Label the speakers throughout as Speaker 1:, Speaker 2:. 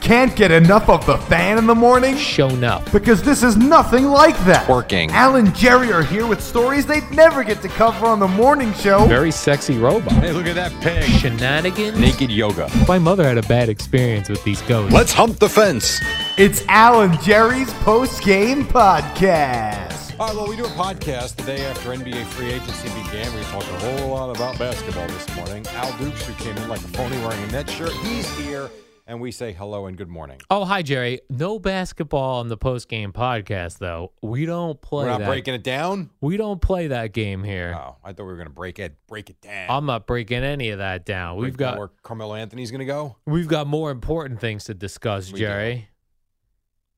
Speaker 1: Can't get enough of the fan in the morning?
Speaker 2: shown up.
Speaker 1: Because this is nothing like that.
Speaker 3: Working.
Speaker 1: Al and Jerry are here with stories they'd never get to cover on the morning show.
Speaker 2: Very sexy robot.
Speaker 3: Hey, look at that pig.
Speaker 2: Shenanigans.
Speaker 3: Naked yoga.
Speaker 2: My mother had a bad experience with these ghosts.
Speaker 3: Let's hump the fence.
Speaker 1: It's Al and Jerry's post game podcast.
Speaker 3: All right, well, we do a podcast the day after NBA free agency began. We talked a whole lot about basketball this morning. Al Dukes, who came in like a phony wearing a net shirt, he's here, and we say hello and good morning.
Speaker 2: Oh, hi, Jerry. No basketball on the post game podcast, though. We don't play
Speaker 3: We're not
Speaker 2: that.
Speaker 3: breaking it down.
Speaker 2: We don't play that game here.
Speaker 3: Oh, I thought we were going to break it. Break it down.
Speaker 2: I'm not breaking any of that down. Um, We've
Speaker 3: Break down
Speaker 2: got
Speaker 3: where Carmelo Anthony's going to go.
Speaker 2: we've got more important things to discuss,
Speaker 3: We do.
Speaker 2: Jerry.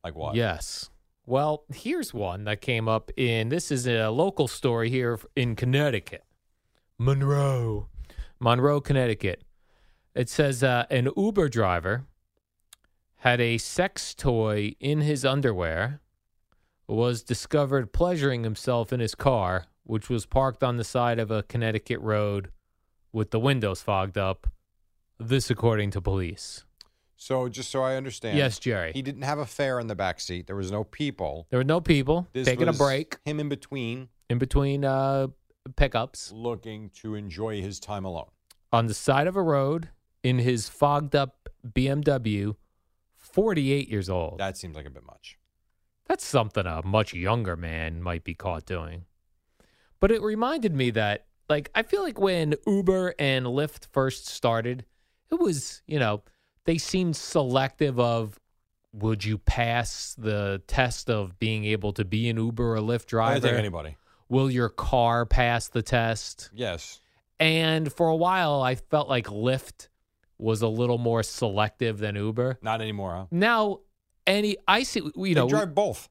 Speaker 3: Like what?
Speaker 2: Yes. Well, here's one that came up in this is a local story here in Connecticut. Monroe. Monroe, Connecticut. It says uh, an Uber driver had a sex toy in his underwear, was discovered pleasuring himself in his car, which was parked on the side of a Connecticut road with the windows fogged up. This, according to police.
Speaker 3: So just so I understand.
Speaker 2: Yes, Jerry.
Speaker 3: He didn't have a fare in the back seat. There was no people.
Speaker 2: There were no people
Speaker 3: This
Speaker 2: taking a
Speaker 3: was
Speaker 2: break
Speaker 3: Him in between,
Speaker 2: in between uh, pickups.
Speaker 3: looking to enjoy his time alone.
Speaker 2: on the side of a road in his fogged up BMW, 48 years old.
Speaker 3: That seems like a bit much.
Speaker 2: That's something a much younger man might be caught doing. But it reminded me that, like, I feel like when Uber and Lyft first started, it was, you know, they seemed selective of would you pass the test of being able to be an Uber or Lyft
Speaker 3: I
Speaker 2: driver?
Speaker 3: think anybody.
Speaker 2: Will your car pass the test?
Speaker 3: Yes.
Speaker 2: And for a while, I felt like Lyft was a little more selective than Uber.
Speaker 3: Not anymore, huh?
Speaker 2: Now, any I see you know
Speaker 3: they drive both.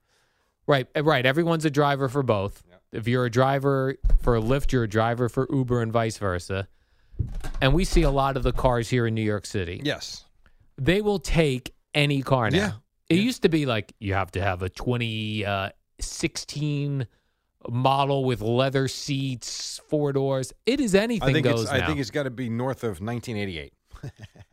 Speaker 2: right right everyone's a driver for both. If you're a driver for Lyft, you're a driver for Uber and vice versa. And we see a lot of the cars here in New York City.
Speaker 3: Yes.
Speaker 2: They will take any car now.
Speaker 3: Yeah.
Speaker 2: It used to be like you have to have a 2016 model with leather seats, four doors. It is anything
Speaker 3: I think
Speaker 2: goes
Speaker 3: it's
Speaker 2: now.
Speaker 3: I think it's got to be north of 1988.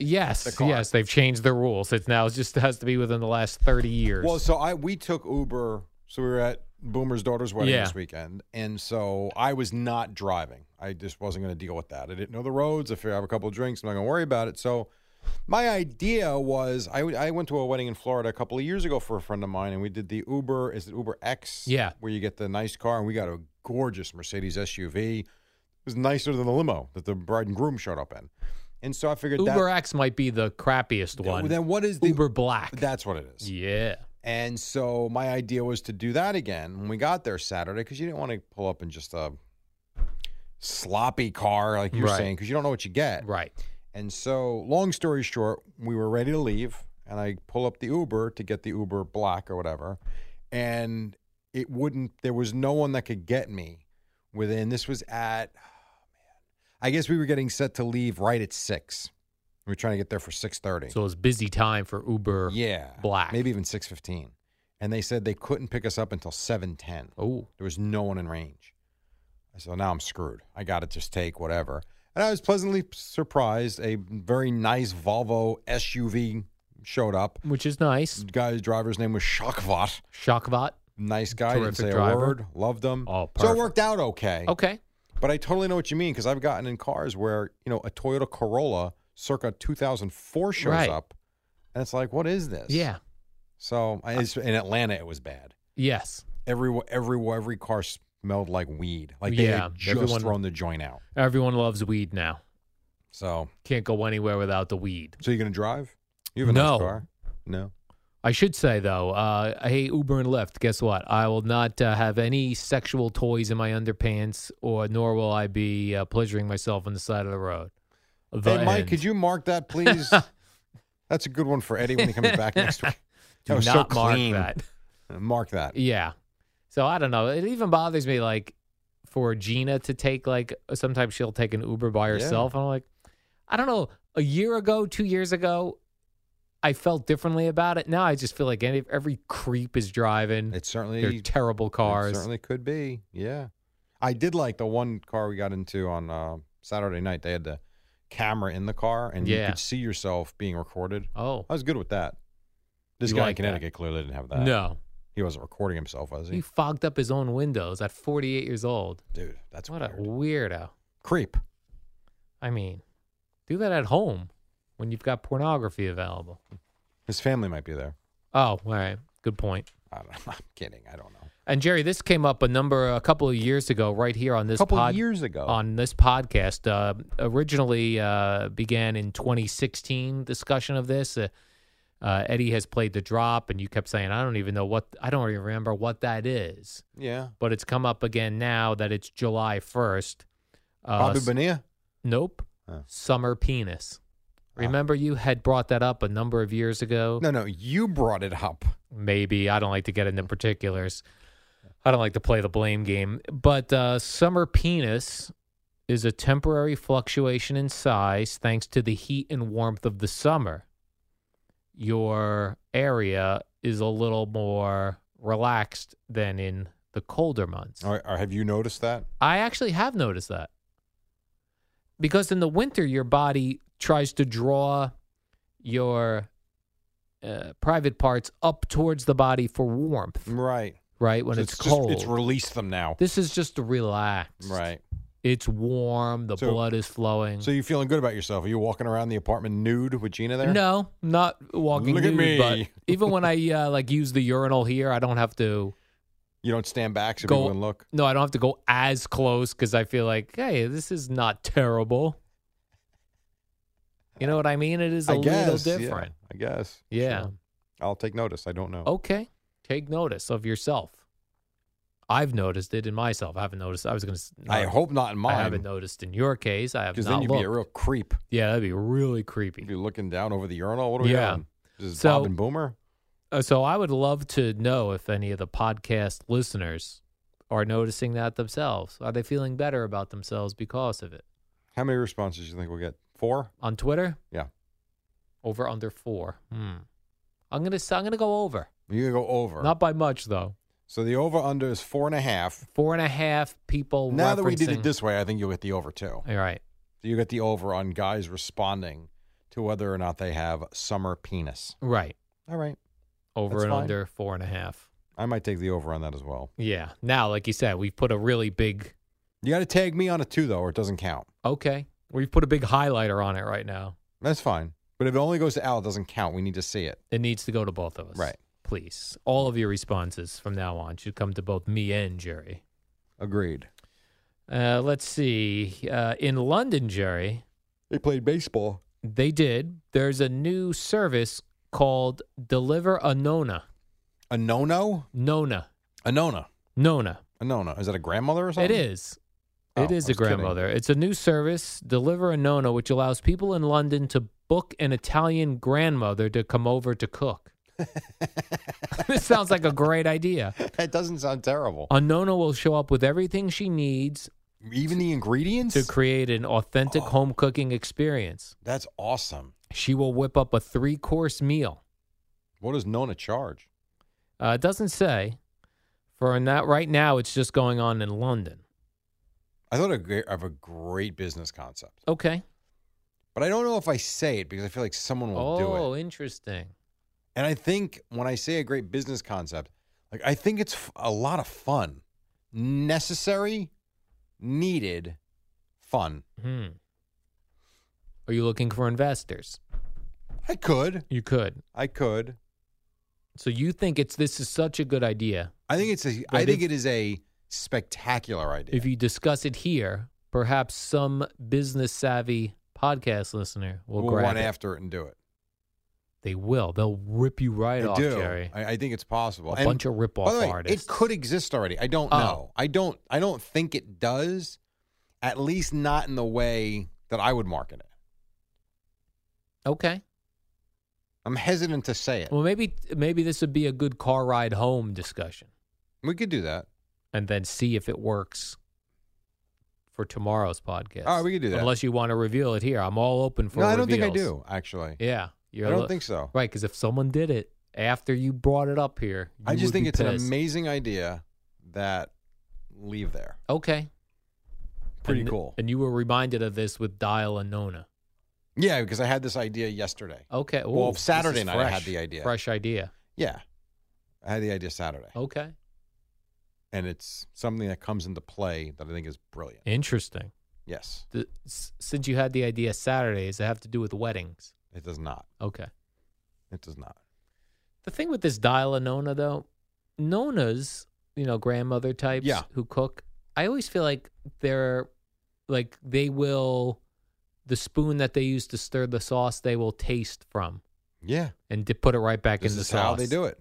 Speaker 2: Yes,
Speaker 3: car.
Speaker 2: yes, they've changed the rules. It's now it just has to be within the last thirty years.
Speaker 3: Well, so I we took Uber. So we were at Boomer's daughter's wedding
Speaker 2: Yeah.
Speaker 3: this weekend, and so I was not driving. I just wasn't going to deal with that. I didn't know the roads. If I have a couple of drinks, I'm not going to worry about it. So my idea was I, w- I went to a wedding in Florida a couple of years ago for a friend of mine, and we did the Uber. Is it Uber X?
Speaker 2: Yeah.
Speaker 3: where you get the nice car, and we got a gorgeous Mercedes SUV. It was nicer than the limo that the bride and groom showed up in. And so I figured that-
Speaker 2: Uber X might be the crappiest one.
Speaker 3: Then what is the
Speaker 2: Uber Black.
Speaker 3: That's what it is.
Speaker 2: yeah,
Speaker 3: And so my idea was to do that again when we got there Saturday because you didn't want to pull up in just a sloppy car like you're
Speaker 2: Right.
Speaker 3: saying because you don't know what you get.
Speaker 2: right.
Speaker 3: And so, long story short, we were ready to leave, and I pull up the Uber to get the Uber Black or whatever, and it wouldn't. There was no one that could get me within. This was at, oh, man, I guess we were getting set to leave right at six. We were trying to get there for six thirty.
Speaker 2: So it's busy time for Uber.
Speaker 3: Yeah.
Speaker 2: Black.
Speaker 3: Maybe even 615. And they said they couldn't pick us up until 710.
Speaker 2: Oh,
Speaker 3: There was no one in range. I said, now I'm screwed. I got to just take whatever. And I was pleasantly surprised. A very nice Volvo SUV showed up.
Speaker 2: which is nice.
Speaker 3: The guy's driver's name was Shakvat.
Speaker 2: Shockbot.
Speaker 3: Nice guy.
Speaker 2: Terrific
Speaker 3: didn't say
Speaker 2: driver.
Speaker 3: a word. Loved him.
Speaker 2: Oh,
Speaker 3: so it
Speaker 2: perfect.
Speaker 3: worked out okay.
Speaker 2: Okay.
Speaker 3: But I totally know what you mean because I've gotten in cars where, you know, a Toyota Corolla circa 2004 shows
Speaker 2: Right.
Speaker 3: up. And it's like, what is this?
Speaker 2: Yeah.
Speaker 3: So I, it's, in Atlanta, it was bad.
Speaker 2: Yes.
Speaker 3: Every every every car smelled like weed. Like they
Speaker 2: Yeah,
Speaker 3: had just
Speaker 2: everyone-
Speaker 3: thrown the joint out.
Speaker 2: Everyone loves weed now.
Speaker 3: So,
Speaker 2: Can't go anywhere without the weed.
Speaker 3: so you going to drive? You have a nice
Speaker 2: No.
Speaker 3: car. No.
Speaker 2: I should say though, uh, hey Uber and Lyft, guess what? I will not uh, have any sexual toys in my underpants, or nor will I be uh, pleasuring myself on the side of the road. The
Speaker 3: hey, Mike,
Speaker 2: end.
Speaker 3: could you mark that, please? That's a good one for Eddie when he comes back next week.
Speaker 2: do
Speaker 3: That was Oh, so
Speaker 2: not mark
Speaker 3: clean.
Speaker 2: that?
Speaker 3: Mark that.
Speaker 2: Yeah. So I don't know. It even bothers me like for Gina to take like sometimes she'll take an Uber by herself. And I'm like, I don't know. A year ago, two years ago, I felt differently about it. Now I just feel like any, every creep is driving.
Speaker 3: It certainly
Speaker 2: They're terrible
Speaker 3: It
Speaker 2: cars.
Speaker 3: certainly could be. Yeah. I did like the one car we got into on uh, Saturday night. They had the camera in the car and you
Speaker 2: Yeah.
Speaker 3: could see yourself being recorded.
Speaker 2: Oh
Speaker 3: I was good with that. This
Speaker 2: You
Speaker 3: guy
Speaker 2: like
Speaker 3: in
Speaker 2: that?
Speaker 3: Connecticut clearly didn't have that.
Speaker 2: no,
Speaker 3: He wasn't recording himself, was
Speaker 2: he
Speaker 3: he?
Speaker 2: fogged up his own windows at 48 years old.
Speaker 3: Dude, that's
Speaker 2: what
Speaker 3: weird.
Speaker 2: a weirdo.
Speaker 3: creep.
Speaker 2: I mean, do that at home when you've got pornography available.
Speaker 3: His family might be there.
Speaker 2: Oh, all right. Good point.
Speaker 3: I don't know. I'm kidding. I don't know.
Speaker 2: And Jerry, this came up a number, a couple of years ago, right here on
Speaker 3: A
Speaker 2: this
Speaker 3: couple
Speaker 2: pod,
Speaker 3: years ago.
Speaker 2: on this podcast. Uh, originally uh, began in 2016 discussion of this. Uh, uh, Eddie has played the drop, and you kept saying, "I don't even know what, I don't even remember what that is."
Speaker 3: yeah.
Speaker 2: But it's come up again now that it's July 1st. Uh,
Speaker 3: Bobby
Speaker 2: s-
Speaker 3: Bonilla.
Speaker 2: nope.
Speaker 3: Oh.
Speaker 2: Summer penis.
Speaker 3: Ah.
Speaker 2: Remember, you had brought that up a number of years ago
Speaker 3: No, no. You brought it up.
Speaker 2: maybe I don't like to get into particulars. I don't like to play the blame game, but uh, summer penis is a temporary fluctuation in size thanks to the heat and warmth of the summer. Your area is a little more relaxed than in the colder months.
Speaker 3: Or, or have you noticed that?
Speaker 2: I actually have noticed that. Because in the winter, your body tries to draw your uh, private parts up towards the body for warmth,
Speaker 3: Right.
Speaker 2: right? When
Speaker 3: So
Speaker 2: it's,
Speaker 3: just-
Speaker 2: cold.
Speaker 3: it's released them now.
Speaker 2: this is just to relax.
Speaker 3: Right.
Speaker 2: It's warm. The
Speaker 3: So-
Speaker 2: blood is flowing.
Speaker 3: So you feeling good about yourself? Are you walking around the apartment nude with Gina there?
Speaker 2: no, not walking.
Speaker 3: Look at
Speaker 2: nude,
Speaker 3: me.
Speaker 2: But even when I uh, like use the urinal here, I don't have to.
Speaker 3: You don't stand back so
Speaker 2: Go-
Speaker 3: people can look.
Speaker 2: No, I don't have to go as close because I feel like, hey, this is not terrible. You know what I mean? It is a
Speaker 3: I guess. yeah,
Speaker 2: little different.
Speaker 3: I guess.
Speaker 2: Yeah. Oh,
Speaker 3: Sure. I'll take notice. I don't know.
Speaker 2: Okay. Take notice of yourself. I've noticed it in myself. I haven't noticed. I was going to.
Speaker 3: I hope not in mine.
Speaker 2: I haven't noticed in your case. I have
Speaker 3: Because
Speaker 2: not
Speaker 3: then you'd
Speaker 2: looked.
Speaker 3: be a real creep.
Speaker 2: yeah, that'd be really creepy.
Speaker 3: You'd be looking down over the urinal. What are we
Speaker 2: Yeah.
Speaker 3: doing? This is
Speaker 2: So-
Speaker 3: Bob and Boomer.
Speaker 2: Uh, so I would love to know if any of the podcast listeners are noticing that themselves. Are they feeling better about themselves because of it?
Speaker 3: How many responses do you think we'll get? Four?
Speaker 2: on Twitter.
Speaker 3: Yeah.
Speaker 2: Over under four. Hmm. I'm gonna s- I'm gonna go over.
Speaker 3: You go over.
Speaker 2: Not by much though.
Speaker 3: So the over under is four and a half.
Speaker 2: Four and a half people.
Speaker 3: Now that we did
Speaker 2: referencing-
Speaker 3: it this way, I think you'll get the over too.
Speaker 2: All right.
Speaker 3: So you get the over on guys responding to whether or not they have summer penis.
Speaker 2: Right.
Speaker 3: All right.
Speaker 2: Over
Speaker 3: That's
Speaker 2: and
Speaker 3: fine.
Speaker 2: under four and a half.
Speaker 3: I might take the over on that as well.
Speaker 2: Yeah. Now, like you said, we've put a really big.
Speaker 3: You got to tag me on it too, though, or it doesn't count.
Speaker 2: Okay. We've put a big highlighter on it right now.
Speaker 3: That's fine. But if it only goes to Al, it doesn't count. We need to see it.
Speaker 2: It needs to go to both of us.
Speaker 3: Right.
Speaker 2: Please. All of your responses from now on should come to both me and Jerry.
Speaker 3: Agreed.
Speaker 2: Uh, let's see. Uh, in London, Jerry,
Speaker 3: They played baseball.
Speaker 2: They did. There's a new service called Deliver a Nona.
Speaker 3: A no-no?
Speaker 2: Nona.
Speaker 3: A nona.
Speaker 2: Nona.
Speaker 3: A nona. Is that a grandmother or
Speaker 2: It
Speaker 3: something?
Speaker 2: is.
Speaker 3: Oh,
Speaker 2: it is a
Speaker 3: I was kidding.
Speaker 2: grandmother. It's a new service, Deliver a Nona, which allows people in London to book an Italian grandmother to come over to cook. this sounds like a great idea.
Speaker 3: That doesn't sound terrible.
Speaker 2: A Nona will show up with everything she needs
Speaker 3: Even the ingredients?
Speaker 2: to create an authentic
Speaker 3: Oh.
Speaker 2: home cooking experience.
Speaker 3: That's awesome.
Speaker 2: She will whip up a three course meal.
Speaker 3: What does nona charge?
Speaker 2: Uh, it doesn't say. For that, right now, it's just going on in London.
Speaker 3: I thought of a great, of a great business concept.
Speaker 2: Okay.
Speaker 3: But I don't know if I say it because I feel like someone will do it.
Speaker 2: Oh, interesting.
Speaker 3: And I think when I say a great business concept, like I think it's f- a lot of fun, necessary, needed, fun.
Speaker 2: Hmm. Are you looking for investors?
Speaker 3: I could,
Speaker 2: You could.
Speaker 3: I could.
Speaker 2: So you think it's this is such a good idea.
Speaker 3: I think it's a. I
Speaker 2: But
Speaker 3: think
Speaker 2: if-
Speaker 3: it is a spectacular idea.
Speaker 2: If you discuss it here, perhaps some business savvy podcast listener will
Speaker 3: we'll
Speaker 2: grab
Speaker 3: run
Speaker 2: it.
Speaker 3: after it and do it.
Speaker 2: They will. They'll rip you right
Speaker 3: I
Speaker 2: off,
Speaker 3: do.
Speaker 2: Jerry.
Speaker 3: I, I think it's possible.
Speaker 2: A bunch of rip-off
Speaker 3: by the way,
Speaker 2: artists.
Speaker 3: It could exist already. I don't
Speaker 2: Oh.
Speaker 3: know. I don't. I don't think it does. At least not in the way that I would market it.
Speaker 2: Okay.
Speaker 3: I'm hesitant to say it.
Speaker 2: Well, maybe maybe this would be a good car ride home discussion,
Speaker 3: we could do that.
Speaker 2: and then see if it works for tomorrow's podcast.
Speaker 3: All right, we could do that.
Speaker 2: Unless you want to reveal it here, I'm all open for.
Speaker 3: no, I don't think I
Speaker 2: reveals.
Speaker 3: do. Actually,
Speaker 2: Yeah, you're
Speaker 3: I don't
Speaker 2: lo-
Speaker 3: think so.
Speaker 2: Right, because if someone did it after you brought it up here,
Speaker 3: I
Speaker 2: you
Speaker 3: just
Speaker 2: would
Speaker 3: think
Speaker 2: be
Speaker 3: it's
Speaker 2: pissed.
Speaker 3: an amazing idea that leave there.
Speaker 2: Okay,
Speaker 3: Pretty
Speaker 2: And-
Speaker 3: cool.
Speaker 2: And you were reminded of this with Dial and Nona.
Speaker 3: Yeah, because I had this idea yesterday.
Speaker 2: Okay. Ooh,
Speaker 3: Well,
Speaker 2: this is
Speaker 3: Saturday night I had
Speaker 2: fresh,
Speaker 3: the idea.
Speaker 2: Fresh idea.
Speaker 3: Yeah, I had the idea Saturday,
Speaker 2: Okay.
Speaker 3: and it's something that comes into play that I think is brilliant.
Speaker 2: Interesting.
Speaker 3: Yes,
Speaker 2: The, s- since you had the idea Saturday, does it have to do with weddings?
Speaker 3: it does not.
Speaker 2: Okay.
Speaker 3: It does not.
Speaker 2: The thing with this Dial and Nona though, Nona's you know grandmother types
Speaker 3: Yeah.
Speaker 2: who cook. I always feel like they're like they will the spoon that they use to stir the sauce they will taste from
Speaker 3: Yeah,
Speaker 2: and to put it right back
Speaker 3: this
Speaker 2: in the
Speaker 3: is
Speaker 2: sauce.
Speaker 3: how they do it.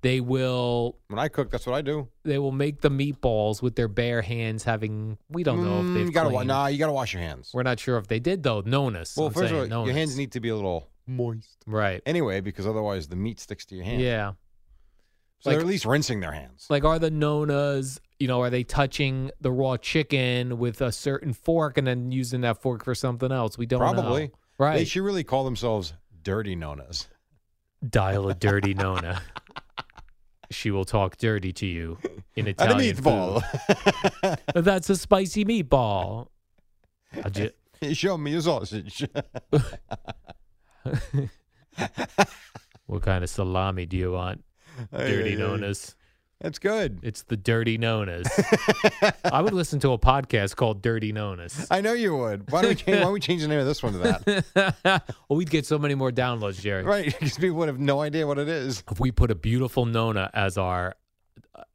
Speaker 2: They will
Speaker 3: When I cook, that's what I do.
Speaker 2: they will make the meatballs with their bare hands having we don't know if
Speaker 3: Mm,
Speaker 2: they've
Speaker 3: you gotta wa-
Speaker 2: cleaned.
Speaker 3: nah, you gotta wash your hands.
Speaker 2: We're not sure if they did though. Nona's.
Speaker 3: well,
Speaker 2: I'm
Speaker 3: first
Speaker 2: saying
Speaker 3: of all,
Speaker 2: nona's.
Speaker 3: your hands need to be a little moist
Speaker 2: right.
Speaker 3: anyway, because otherwise the meat sticks to your hand.
Speaker 2: Yeah.
Speaker 3: so
Speaker 2: like-
Speaker 3: they're at least rinsing their hands.
Speaker 2: Like, are the nonas, you know, are they touching the raw chicken with a certain fork and then using that fork for something else? We don't know.
Speaker 3: Probably.
Speaker 2: Right.
Speaker 3: They should really call themselves dirty nonas.
Speaker 2: Dial a dirty nona. she will talk dirty to you in
Speaker 3: And a
Speaker 2: Italian.
Speaker 3: meatball.
Speaker 2: food. That's a spicy meatball. I ju-
Speaker 3: Show me a sausage.
Speaker 2: what kind of salami do you want? Dirty nonas.
Speaker 3: That's good.
Speaker 2: It's the dirty nonas. I would listen to a podcast called Dirty Nonas.
Speaker 3: I know you would. Why don't we change, why don't we change the name of this one to that?
Speaker 2: well, we'd get so many more downloads, Jerry.
Speaker 3: right, because people would have no idea what it is.
Speaker 2: If we put a beautiful Nona as our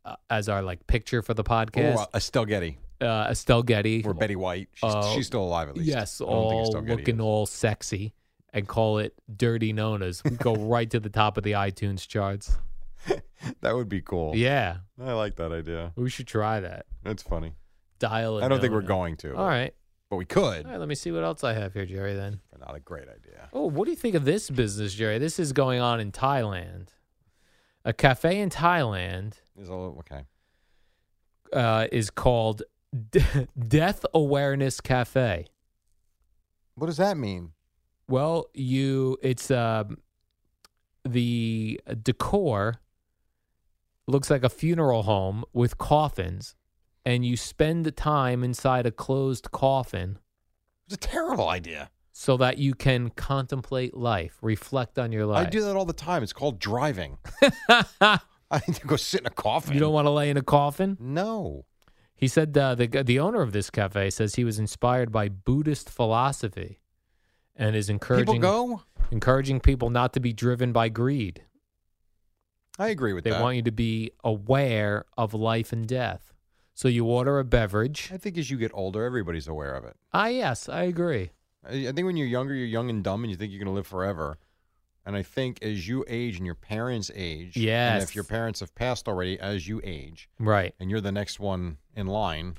Speaker 2: uh, as our like picture
Speaker 3: Oh,
Speaker 2: for the podcast,
Speaker 3: Or a Stelgetti
Speaker 2: uh, Estelle Getty,
Speaker 3: or Betty White. She's,
Speaker 2: Uh,
Speaker 3: she's still alive at least.
Speaker 2: yes,
Speaker 3: I don't think
Speaker 2: all
Speaker 3: Estelle Getty
Speaker 2: looking
Speaker 3: is.
Speaker 2: all sexy, and call it Dirty Nonas. We go right to the top of the iTunes charts.
Speaker 3: That would be cool.
Speaker 2: Yeah,
Speaker 3: I like that idea.
Speaker 2: we should try that.
Speaker 3: That's funny.
Speaker 2: Dial. a
Speaker 3: I don't think we're
Speaker 2: Nona.
Speaker 3: going to.
Speaker 2: All right,
Speaker 3: But we could.
Speaker 2: all right. Let me see what else I have here, Jerry. Then.
Speaker 3: Not a great idea.
Speaker 2: Oh, what do you think of this business, Jerry? This is going on in Thailand. A cafe in Thailand
Speaker 3: Is all okay.
Speaker 2: uh, is called De- Death Awareness Cafe.
Speaker 3: What does that mean?
Speaker 2: Well, you it's um, the decor looks like a funeral home with coffins, and you spend the time inside a closed coffin
Speaker 3: It's a terrible idea.
Speaker 2: so that you can contemplate life, reflect on your life.
Speaker 3: I do that all the time. It's called driving. I need to go sit in a coffin.
Speaker 2: you don't want to lay in a coffin.
Speaker 3: No.
Speaker 2: He said uh, the the owner of this cafe says he was inspired by Buddhist philosophy, and is
Speaker 3: People
Speaker 2: encouraging
Speaker 3: go.
Speaker 2: encouraging people not to be driven by greed.
Speaker 3: I agree with
Speaker 2: They
Speaker 3: that.
Speaker 2: want you to be aware of life and death. So you order a beverage.
Speaker 3: I think as you get older, everybody's aware of it.
Speaker 2: Ah, yes, I agree.
Speaker 3: I, I think when you're younger, you're young and dumb, and you think you're going to live forever. And I think as you age and your parents age, and
Speaker 2: Yes.
Speaker 3: if your parents have passed already, as you age,
Speaker 2: Right,
Speaker 3: and you're the next one in line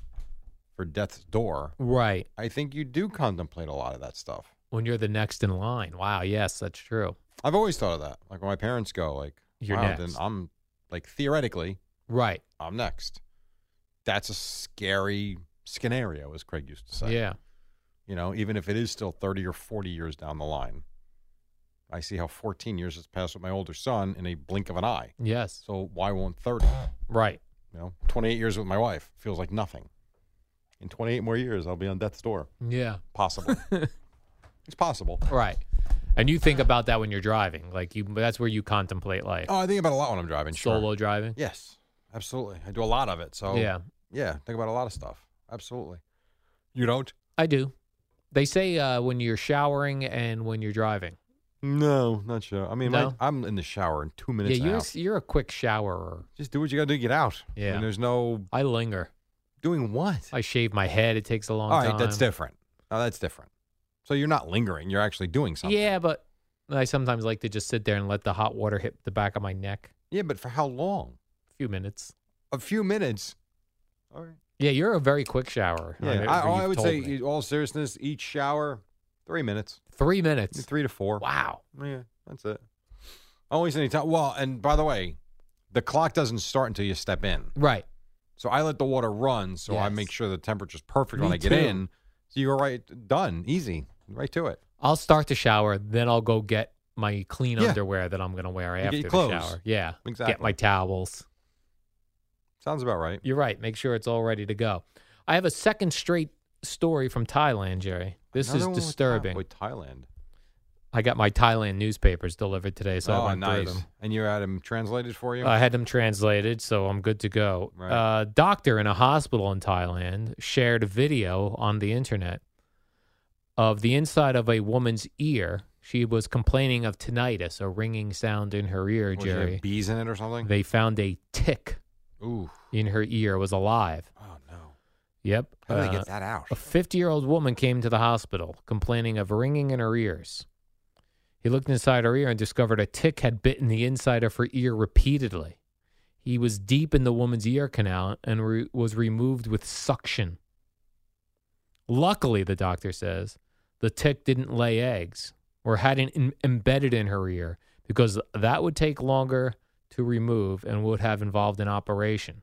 Speaker 3: for death's door,
Speaker 2: right.
Speaker 3: I think you do contemplate a lot of that stuff.
Speaker 2: When you're the next in line. Wow, yes, that's true.
Speaker 3: I've always thought of that. Like when my parents go, like
Speaker 2: You're
Speaker 3: wow,
Speaker 2: next.
Speaker 3: Then I'm like theoretically,
Speaker 2: Right.
Speaker 3: I'm next. That's a scary scenario, as Craig used to say.
Speaker 2: Yeah.
Speaker 3: You know, even if it is still 30 or 40 years down the line, I see how 14 years has passed with my older son in a blink of an eye.
Speaker 2: Yes.
Speaker 3: So why won't 30?
Speaker 2: Right.
Speaker 3: You know, 28 years with my wife feels like nothing. In 28 more years, I'll be on death's door.
Speaker 2: Yeah.
Speaker 3: Possible. it's possible.
Speaker 2: Right. And you think about that when you're driving. Like you that's where you contemplate life.
Speaker 3: Oh, I think about a lot when I'm driving. Sure. Oh.
Speaker 2: Solo driving.
Speaker 3: Yes, absolutely. I do a lot of it. So
Speaker 2: Yeah.
Speaker 3: yeah, think about a lot of stuff. Absolutely. You don't?
Speaker 2: I do. They say uh, when you're showering and when you're driving.
Speaker 3: No, not sure. I mean,
Speaker 2: No?
Speaker 3: I, am in the shower in two minutes.
Speaker 2: yeah,
Speaker 3: and a
Speaker 2: you're
Speaker 3: half.
Speaker 2: you're a quick showerer.
Speaker 3: Just do what you got to do. Get out. I
Speaker 2: Yeah.
Speaker 3: mean, there's no
Speaker 2: I linger.
Speaker 3: doing what.
Speaker 2: I shave my head. It takes a long
Speaker 3: All right,
Speaker 2: time.
Speaker 3: that's different. No, that's different. So you're not lingering. You're actually doing something.
Speaker 2: Yeah, but I sometimes like to just sit there and let the hot water hit the back of my neck.
Speaker 3: Yeah, but for how long?
Speaker 2: A few minutes.
Speaker 3: A few minutes. All right.
Speaker 2: Yeah, you're a very quick shower.
Speaker 3: Yeah, I, oh, I would say, in all seriousness, each shower, three minutes,
Speaker 2: three minutes.
Speaker 3: three to four.
Speaker 2: Wow.
Speaker 3: Yeah, that's it. Always any time. Well, and by the way, the clock doesn't start until you step in.
Speaker 2: Right.
Speaker 3: So I let the water run, so I
Speaker 2: Yes.
Speaker 3: make sure the temperature's perfect
Speaker 2: Me
Speaker 3: when I get
Speaker 2: too.
Speaker 3: in. So you're right, done, easy, right to it.
Speaker 2: I'll start the shower, then I'll go get my clean
Speaker 3: Yeah.
Speaker 2: underwear that I'm going to wear
Speaker 3: get
Speaker 2: after
Speaker 3: your
Speaker 2: the
Speaker 3: clothes.
Speaker 2: shower. Yeah. Get
Speaker 3: Exactly.
Speaker 2: my towels.
Speaker 3: Sounds about right.
Speaker 2: You're right. Make sure it's all ready to go. I have a second straight story from Thailand, Jerry. This
Speaker 3: Another one
Speaker 2: is
Speaker 3: with Tha-
Speaker 2: disturbing.
Speaker 3: With Thailand.
Speaker 2: I got my Thailand newspapers delivered today, so I
Speaker 3: oh,
Speaker 2: went through
Speaker 3: nice.
Speaker 2: them.
Speaker 3: And you had him translated for you.
Speaker 2: I had them translated, so I'm good to go.
Speaker 3: Right.
Speaker 2: Uh, doctor in a hospital in Thailand shared a video on the internet of the inside of a woman's ear. She was complaining of tinnitus, a ringing sound in her ear,
Speaker 3: Was there
Speaker 2: Jerry.
Speaker 3: bees in it or something?
Speaker 2: They found a tick
Speaker 3: Ooh.
Speaker 2: in her ear, was alive.
Speaker 3: Oh no.
Speaker 2: Yep.
Speaker 3: How do they
Speaker 2: Uh,
Speaker 3: get that out?
Speaker 2: A 50 year old woman came to the hospital complaining of ringing in her ears. He looked inside her ear and discovered a tick had bitten the inside of her ear repeatedly. He was deep in the woman's ear canal and re- was removed with suction. Luckily, the doctor says, the tick didn't lay eggs or hadn't em- embedded in her ear because that would take longer to remove and would have involved an operation.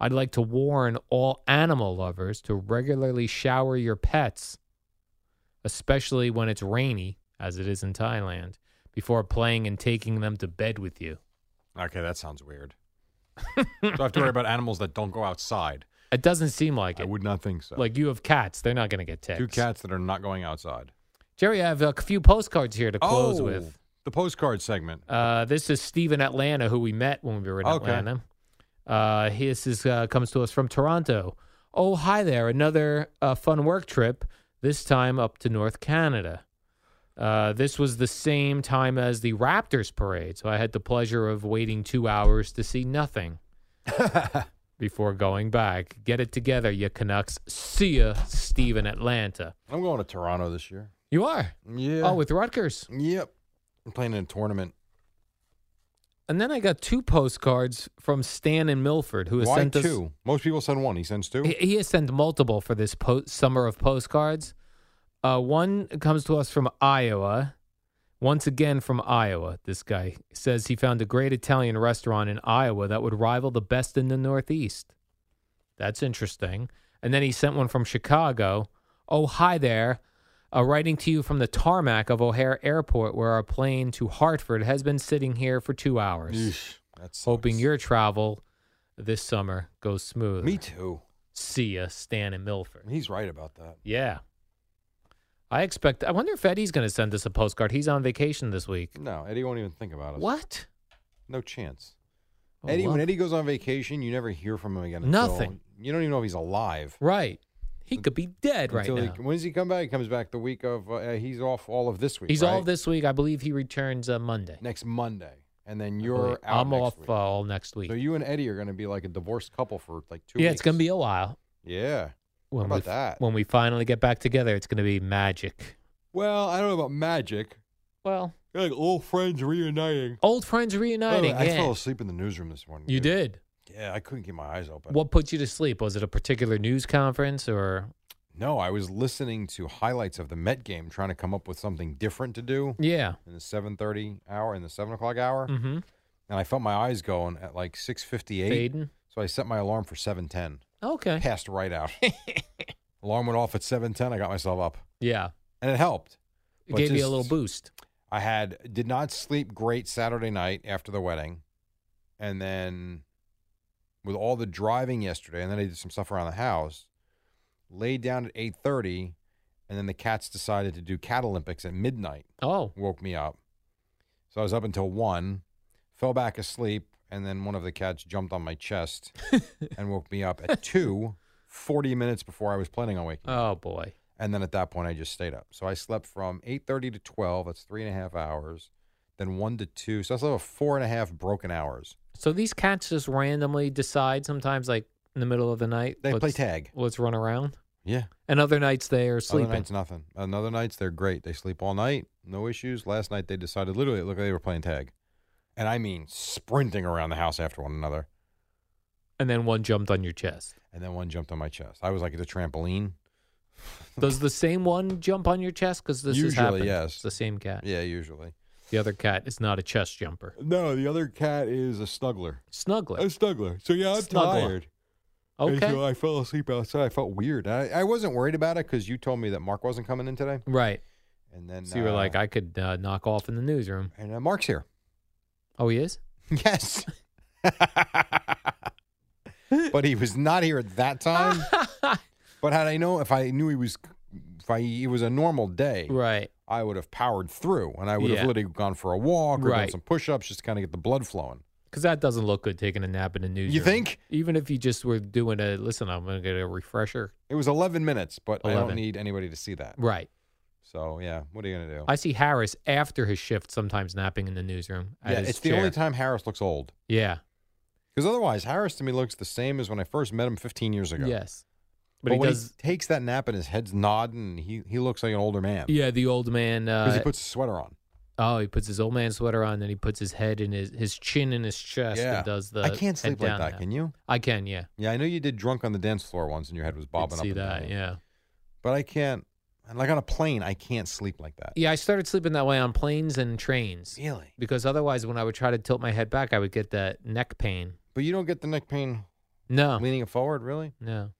Speaker 2: I'd like to warn all animal lovers to regularly shower your pets, especially when it's rainy, as it is in Thailand, before playing and taking them to bed with you.
Speaker 3: Okay, that sounds weird. so I have to worry about animals that don't go outside.
Speaker 2: It doesn't seem like
Speaker 3: I
Speaker 2: it.
Speaker 3: would not think so.
Speaker 2: Like you have cats, they're not going to get ticks.
Speaker 3: two cats that are not going outside.
Speaker 2: Jerry, I have a few postcards here to close
Speaker 3: oh,
Speaker 2: with.
Speaker 3: the postcard segment.
Speaker 2: Uh, this is Steve in Atlanta, who we met when we were in
Speaker 3: Okay.
Speaker 2: Atlanta. Uh, he- this is, uh, comes to us from Toronto. Oh, hi there. Another uh, fun work trip, this time up to North Canada. Uh, this was the same time as the Raptors parade, so I had the pleasure of waiting two hours to see nothing before going back. Get it together, you Canucks. See ya, Steve in Atlanta.
Speaker 3: I'm going to Toronto this year.
Speaker 2: You are?
Speaker 3: Yeah.
Speaker 2: Oh, with Rutgers.
Speaker 3: yep. I'm playing in a tournament.
Speaker 2: And then I got two postcards from Stan in Milford, who has
Speaker 3: Why
Speaker 2: sent us
Speaker 3: two? Most people send one. He sends two.
Speaker 2: He, he has sent multiple for this po- summer of postcards. Uh, one comes to us from Iowa. Once again from Iowa, this guy says he found a great Italian restaurant in Iowa that would rival the best in the Northeast. That's interesting. And then he sent one from Chicago. Oh, hi there. Uh, writing to you from the tarmac of O'Hare Airport, where our plane to Hartford has been sitting here for two hours.
Speaker 3: Yeesh, that sucks.
Speaker 2: Hoping your travel this summer goes smooth
Speaker 3: Me too.
Speaker 2: see ya, Stan and Milford.
Speaker 3: He's right about that.
Speaker 2: Yeah. I expect. I wonder if Eddie's going to send us a postcard. He's on vacation this week.
Speaker 3: No, Eddie won't even think about it.
Speaker 2: What?
Speaker 3: No chance.
Speaker 2: Oh,
Speaker 3: Eddie,
Speaker 2: what?
Speaker 3: when Eddie goes on vacation, you never hear from him again. until-
Speaker 2: Nothing.
Speaker 3: you don't even know if he's alive.
Speaker 2: Right. He could be dead right
Speaker 3: until
Speaker 2: now.
Speaker 3: He, when does he come back? He comes back the week of. Uh, uh, he's off all of this week.
Speaker 2: He's
Speaker 3: right?
Speaker 2: all this week. I believe he returns uh, Monday.
Speaker 3: next Monday, and then
Speaker 2: I
Speaker 3: you're
Speaker 2: believe.
Speaker 3: out.
Speaker 2: I'm
Speaker 3: next
Speaker 2: off
Speaker 3: week.
Speaker 2: uh, all next week.
Speaker 3: So you and Eddie are going to be like a divorced couple for like two.
Speaker 2: yeah,
Speaker 3: weeks.
Speaker 2: it's going to be a while.
Speaker 3: Yeah.
Speaker 2: When
Speaker 3: about
Speaker 2: we, f-
Speaker 3: that?
Speaker 2: When we finally get back together, it's going to be magic.
Speaker 3: Well, I don't know about magic.
Speaker 2: Well,
Speaker 3: You're like old friends reuniting.
Speaker 2: old friends reuniting.
Speaker 3: I
Speaker 2: yeah.
Speaker 3: fell asleep in the newsroom this morning.
Speaker 2: you
Speaker 3: dude.
Speaker 2: did.
Speaker 3: Yeah, I couldn't keep my eyes open.
Speaker 2: What put you to sleep? Was it a particular news conference or?
Speaker 3: No, I was listening to highlights of the Met game, trying to come up with something different to do
Speaker 2: Yeah.
Speaker 3: in the 7:30 hour, in the 7 o'clock hour,
Speaker 2: Mm-hmm.
Speaker 3: and I felt my eyes going at like 6:58.
Speaker 2: Faden.
Speaker 3: So I set my alarm for 7:10.
Speaker 2: Okay.
Speaker 3: Passed right out. alarm went off at 7:10. I got myself up,
Speaker 2: Yeah.
Speaker 3: and it helped.
Speaker 2: It
Speaker 3: But
Speaker 2: gave you a
Speaker 3: just-
Speaker 2: little boost.
Speaker 3: I had did not sleep great Saturday night after the wedding, and then with all the driving yesterday, and then I did some stuff around the house. Laid down at eight thirty, and then the cats decided to do cat Olympics at midnight.
Speaker 2: Oh,
Speaker 3: Woke me up, so I was up until one, fell back asleep, and then one of the cats jumped on my chest and woke me up at two. 40 minutes before I was planning on waking
Speaker 2: oh boy.
Speaker 3: and then at that point, I just stayed up. So I slept from 8.30 to 12. That's three and a half hours. Then 1 to 2. So I slept four and a half broken hours.
Speaker 2: So these cats just randomly decide sometimes, like in the middle of the night.
Speaker 3: They
Speaker 2: let's-
Speaker 3: play tag.
Speaker 2: Let's run around.
Speaker 3: Yeah.
Speaker 2: And other nights they are
Speaker 3: Other
Speaker 2: sleeping.
Speaker 3: nights, nothing. Another nights, they're great. They sleep all night, no issues. Last night, they decided literally, it looked like they were playing tag. And I mean, sprinting around the house after one another.
Speaker 2: And then one jumped on your chest.
Speaker 3: And then one jumped on my chest. I was like at a trampoline.
Speaker 2: Does the same one jump on your chest? Because this has
Speaker 3: Usually,
Speaker 2: happened.
Speaker 3: yes.
Speaker 2: It's the same cat.
Speaker 3: Yeah, usually.
Speaker 2: The other cat is not a chest jumper.
Speaker 3: No, the other cat is a snuggler. A
Speaker 2: Snuggler.
Speaker 3: snuggler. So yeah, I'm
Speaker 2: Snuggler.
Speaker 3: tired. And
Speaker 2: Okay.
Speaker 3: so I fell asleep outside. I felt weird. I, I wasn't worried about it because you told me that Mark wasn't coming in today.
Speaker 2: Right.
Speaker 3: And then
Speaker 2: So you were
Speaker 3: uh,
Speaker 2: like, I could uh, knock off in the newsroom.
Speaker 3: and uh, Mark's here.
Speaker 2: Oh, he is?
Speaker 3: Yes. but he was not here at that time. but had I known, if I knew he was, if I it was a normal day,
Speaker 2: Right.
Speaker 3: I would have powered through, and I would
Speaker 2: Yeah.
Speaker 3: have literally gone for a walk or done
Speaker 2: Right.
Speaker 3: some push-ups just to kind of get the blood flowing.
Speaker 2: Because that doesn't look good taking a nap in the newsroom.
Speaker 3: think?
Speaker 2: Even if you just were doing a, listen, I'm going to get a refresher.
Speaker 3: It was 11 minutes, but I
Speaker 2: 11.
Speaker 3: don't need anybody to see that.
Speaker 2: Right.
Speaker 3: So yeah, what are you gonna do?
Speaker 2: I see Harris after his shift sometimes napping in the newsroom. at
Speaker 3: yeah,
Speaker 2: his
Speaker 3: it's the only
Speaker 2: chair.
Speaker 3: time Harris looks old.
Speaker 2: Yeah.
Speaker 3: Because otherwise, Harris to me looks the same as when I first met him 15 years ago.
Speaker 2: Yes. But,
Speaker 3: but,
Speaker 2: he
Speaker 3: when
Speaker 2: does.
Speaker 3: he takes that nap and his head's nodding, he he looks like an older man.
Speaker 2: yeah, the old man.
Speaker 3: because
Speaker 2: Uh,
Speaker 3: he puts a sweater on.
Speaker 2: oh, he puts his old man sweater on, then he puts his head in his his chin in his chest and does the.
Speaker 3: I can't
Speaker 2: head
Speaker 3: sleep like
Speaker 2: down
Speaker 3: that.
Speaker 2: nap.
Speaker 3: Can you?
Speaker 2: I can. Yeah.
Speaker 3: Yeah, I know you did drunk on the dance floor once, and your head was
Speaker 2: I
Speaker 3: bobbing
Speaker 2: can see
Speaker 3: up. and
Speaker 2: that.
Speaker 3: down.
Speaker 2: Yeah.
Speaker 3: but I can't. And like on a plane, I can't sleep like that.
Speaker 2: Yeah, I started sleeping that way on planes and trains
Speaker 3: Really?
Speaker 2: because otherwise, when I would try to tilt my head back, I would get that neck pain.
Speaker 3: But you don't get the neck pain
Speaker 2: No.
Speaker 3: leaning it forward, really?
Speaker 2: No.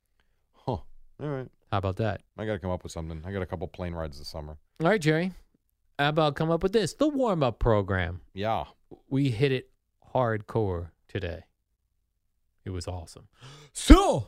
Speaker 3: Huh. All right.
Speaker 2: How about that?
Speaker 3: I got to come up with something. I got a couple plane rides this summer.
Speaker 2: All right, Jerry. How about come up with this? The warm up program.
Speaker 3: Yeah.
Speaker 2: We hit it hardcore today. It was awesome. So,